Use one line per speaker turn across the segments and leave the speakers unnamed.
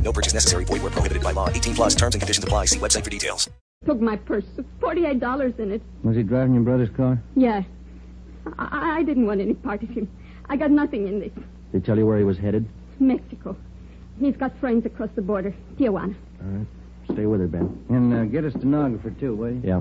No purchase necessary. Void where prohibited by law. 18 plus terms and conditions apply. See website for details.
Took my purse, forty-eight dollars in it.
Was he driving your brother's car?
Yes, I-, I didn't want any part of him. I got nothing in this.
Did he tell you where he was headed?
Mexico. He's got friends across the border. Tijuana.
All right. Stay with her, Ben. And uh, get a stenographer, too, will you? Yeah.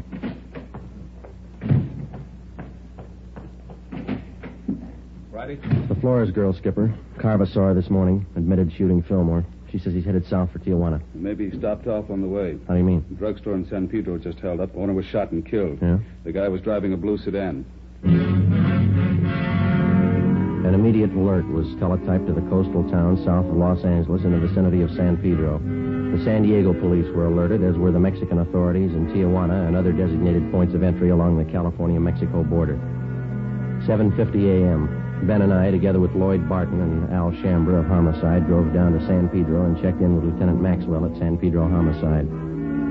Friday?
The Flores girl, Skipper. Carva saw her this morning. Admitted shooting Fillmore. She says he's headed south for Tijuana.
Maybe he stopped off on the way.
How do you mean?
The drugstore in San Pedro just held up. Owner was shot and killed.
Yeah?
The guy was driving a blue sedan.
An immediate alert was teletyped to the coastal town south of Los Angeles in the vicinity of San Pedro. The San Diego police were alerted, as were the Mexican authorities in Tijuana and other designated points of entry along the California-Mexico border. 7.50 a.m. Ben and I, together with Lloyd Barton and Al Shambra of Homicide, drove down to San Pedro and checked in with Lieutenant Maxwell at San Pedro Homicide.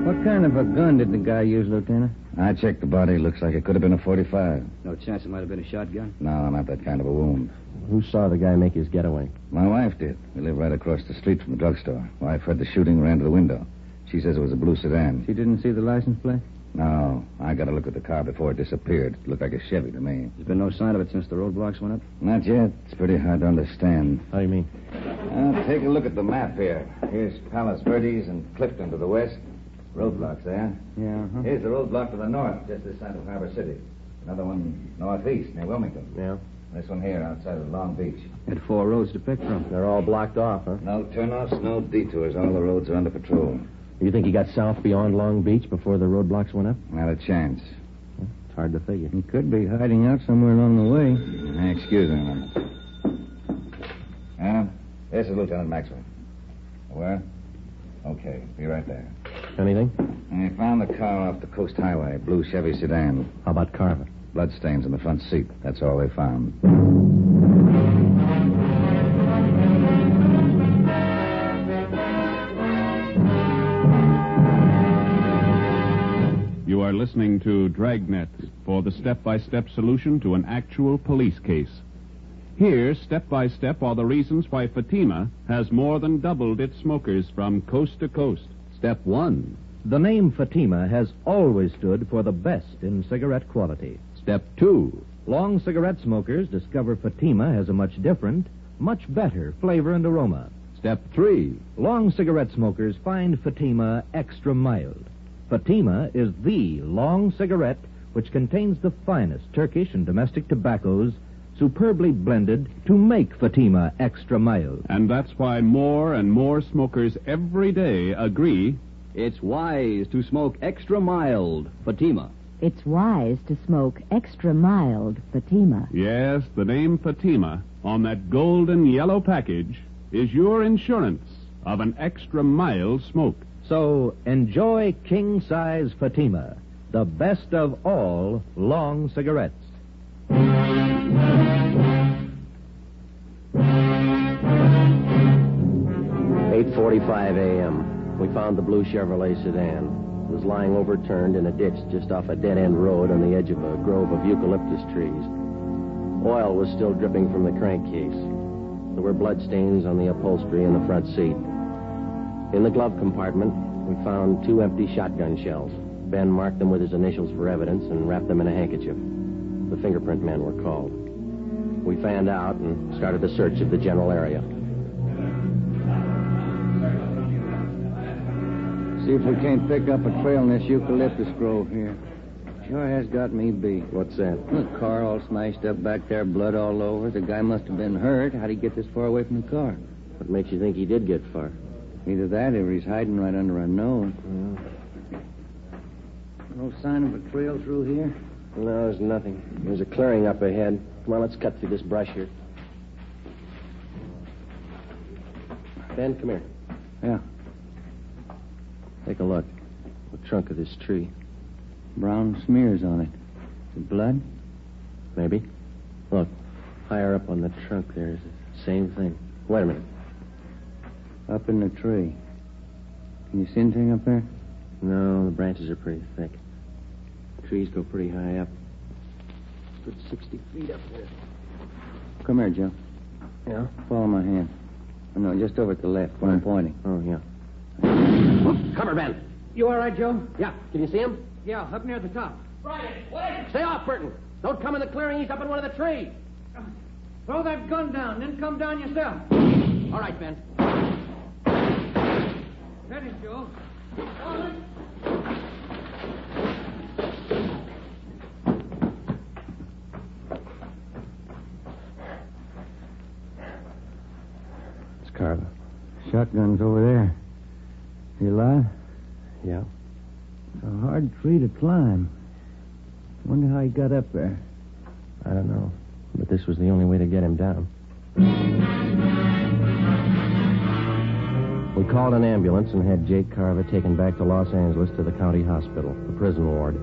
What kind of a gun did the guy use, Lieutenant?
I checked the body. Looks like it could have been a 45.
No chance it might have been a shotgun.
No, not that kind of a wound.
Who saw the guy make his getaway?
My wife did. We live right across the street from the drugstore. Wife heard the shooting, ran to the window. She says it was a blue sedan.
She didn't see the license plate?
No, I got a look at the car before it disappeared. It looked like a Chevy to me.
There's been no sign of it since the roadblocks went up.
Not yet. It's pretty hard to understand.
How do you mean?
Now, take a look at the map here. Here's Palos Verdes and Clifton to the west. Roadblocks there.
Yeah, uh-huh.
Here's the roadblock to the north, just this side of Harbor City. Another one northeast near Wilmington.
Yeah.
This one here outside of Long Beach.
Had four roads to pick from. They're all blocked off, huh?
No turnoffs, no detours. All the roads are under patrol.
You think he got south beyond Long Beach before the roadblocks went up?
Not a chance.
It's hard to figure. He could be hiding out somewhere along the way.
Now, excuse me a minute. Anna, this is Lieutenant Maxwell. Where? Okay, be right there.
Anything?
I found the car off the Coast Highway, blue Chevy sedan.
How about Carver?
Bloodstains in the front seat. That's all they found.
You are listening to Dragnet for the step by step solution to an actual police case. Here, step by step, are the reasons why Fatima has more than doubled its smokers from coast to coast. Step one.
The name Fatima has always stood for the best in cigarette quality.
Step two.
Long cigarette smokers discover Fatima has a much different, much better flavor and aroma.
Step three.
Long cigarette smokers find Fatima extra mild. Fatima is the long cigarette which contains the finest Turkish and domestic tobaccos superbly blended to make Fatima extra mild.
And that's why more and more smokers every day agree
It's wise to smoke extra mild Fatima.
It's wise to smoke extra mild Fatima.
Yes, the name Fatima on that golden yellow package is your insurance of an extra mild smoke.
So enjoy king size Fatima, the best of all long cigarettes. Eight forty-five a.m. We found the blue Chevrolet sedan. It was lying overturned in a ditch just off a dead-end road on the edge of a grove of eucalyptus trees. Oil was still dripping from the crankcase. There were bloodstains on the upholstery in the front seat. In the glove compartment, we found two empty shotgun shells. Ben marked them with his initials for evidence and wrapped them in a handkerchief. The fingerprint men were called. We fanned out and started the search of the general area.
See if we can't pick up a trail in this eucalyptus grove here. Sure has got me beat.
What's that?
Look, car all smashed up back there, blood all over. The guy must have been hurt. How'd he get this far away from the car?
What makes you think he did get far?
Either that or he's hiding right under our nose. No sign of a trail through here?
No, there's nothing. There's a clearing up ahead. Come on, let's cut through this brush here. Ben, come here.
Yeah.
Take a look. The trunk of this tree.
Brown smears on it. Is it blood?
Maybe. Look, higher up on the trunk there's the same thing. Wait a minute.
Up in the tree. Can you see anything up there?
No, the branches are pretty thick. Trees go pretty high up. Good 60 feet up there.
Come here, Joe.
Yeah?
Follow my hand. Oh, no, just over at the left where I'm pointing.
Oh, yeah.
Cover, Ben.
You all right, Joe?
Yeah. Can you see him?
Yeah, up near the top.
Brian, what is it? Stay off, Burton. Don't come in the clearing. He's up in one of the trees.
Throw that gun down, then come down yourself.
All right, Ben.
Ready, Joe?
It's Carla. Shotgun's over there. You alive?
Yeah?
It's a hard tree to climb. Wonder how he got up there.
I don't know. But this was the only way to get him down. We called an ambulance and had Jake Carver taken back to Los Angeles to the county hospital, the prison ward.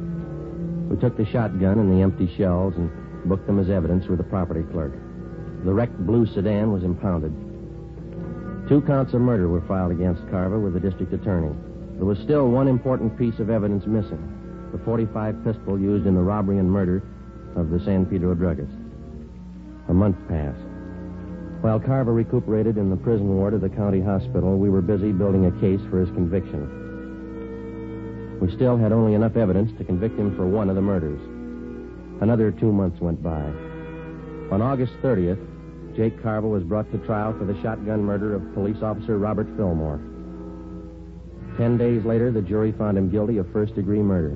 We took the shotgun and the empty shells and booked them as evidence with the property clerk. The wrecked blue sedan was impounded. Two counts of murder were filed against Carver with the district attorney. There was still one important piece of evidence missing the 45 pistol used in the robbery and murder of the San Pedro druggist. A month passed. While Carver recuperated in the prison ward of the county hospital, we were busy building a case for his conviction. We still had only enough evidence to convict him for one of the murders. Another two months went by. On August 30th, Jake Carver was brought to trial for the shotgun murder of police officer Robert Fillmore. Ten days later, the jury found him guilty of first degree murder.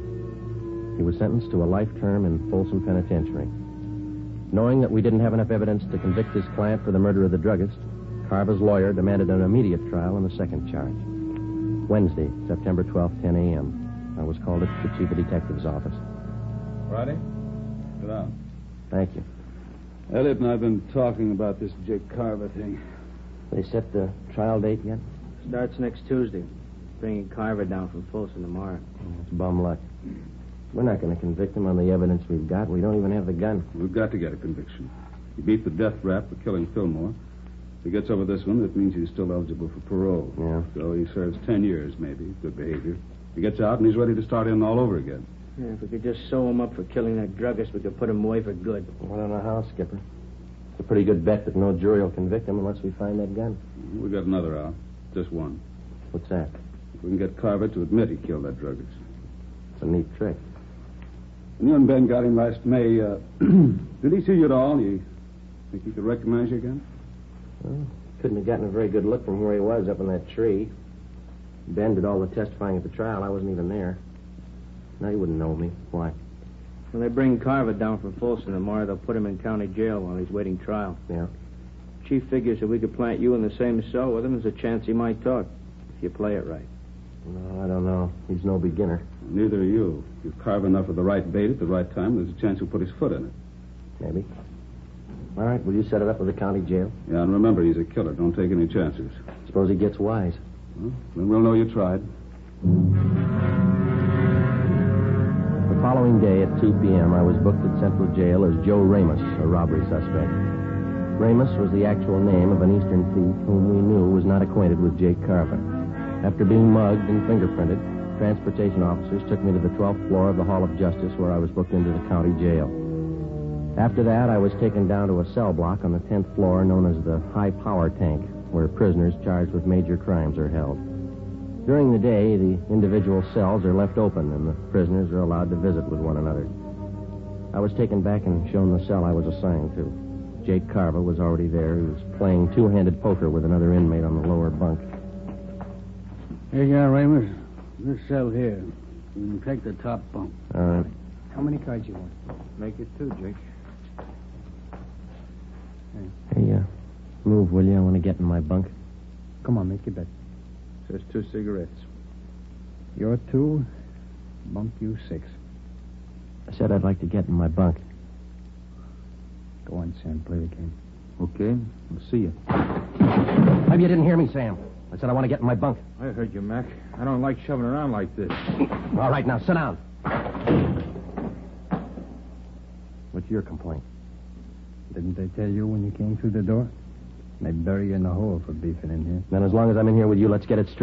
He was sentenced to a life term in Folsom Penitentiary. Knowing that we didn't have enough evidence to convict his client for the murder of the druggist, Carver's lawyer demanded an immediate trial on the second charge. Wednesday, September 12th, 10 a.m. I was called up to the chief of detective's office.
Friday? Sit down.
Thank you.
Elliot and I have been talking about this Jake Carver thing.
They set the trial date yet?
Starts next Tuesday. Bringing Carver down from Folsom tomorrow.
It's Oh, bum luck. We're not going to convict him on the evidence we've got. We don't even have the gun.
We've got to get a conviction. He beat the death rap for killing Fillmore. If he gets over this one, that means he's still eligible for parole.
Yeah.
So he serves ten years, maybe. Good behavior. He gets out and he's ready to start in all over again.
Yeah, if we could just sew him up for killing that druggist, we could put him away for good.
I don't know how, Skipper. It's a pretty good bet that no jury will convict him unless we find that gun.
We've got another out. Just one.
What's that?
If we can get Carver to admit he killed that druggist.
It's a neat trick.
When you and Ben got him last May, uh, did he see you at all? You think he could recognize you again?
Well, couldn't have gotten a very good look from where he was up in that tree. Ben did all the testifying at the trial. I wasn't even there. Now he wouldn't know me. Why?
When they bring Carver down from Folsom tomorrow, they'll put him in county jail while he's waiting trial.
Yeah.
Chief figures if we could plant you in the same cell with him, there's a chance he might talk if you play it right.
No, I don't know. He's no beginner.
Neither are you. If you carve enough of the right bait at the right time, there's a chance he'll put his foot in it.
Maybe. All right, will you set it up with the county jail?
Yeah, and remember, he's a killer. Don't take any chances.
Suppose he gets wise.
Well, then we'll know you tried.
The following day at 2 p.m., I was booked at Central Jail as Joe Ramos, a robbery suspect. Ramos was the actual name of an Eastern thief whom we knew was not acquainted with Jake Carver. After being mugged and fingerprinted, transportation officers took me to the 12th floor of the Hall of Justice where I was booked into the county jail. After that, I was taken down to a cell block on the 10th floor known as the High Power Tank, where prisoners charged with major crimes are held. During the day, the individual cells are left open and the prisoners are allowed to visit with one another. I was taken back and shown the cell I was assigned to. Jake Carver was already there. He was playing two handed poker with another inmate on the lower bunk.
Here you are, Ramos.
This cell here. You can take the top bunk.
All right.
How many cards you want?
Make it two, Jake.
Hey, uh, move, will you? I want to get in my bunk.
Come on, make your bed.
Says two cigarettes.
You're two, bunk you six.
I said I'd like to get in my bunk.
Go on, Sam, play the game.
Okay, I'll see you.
Maybe you didn't hear me, Sam. I said I want to get in my bunk.
I heard you, Mac. I don't like shoving around like this.
All right, now sit down.
What's your complaint?
Didn't they tell you when you came through the door? They bury you in the hole for beefing in here.
Then as long as I'm in here with you, let's get it straight.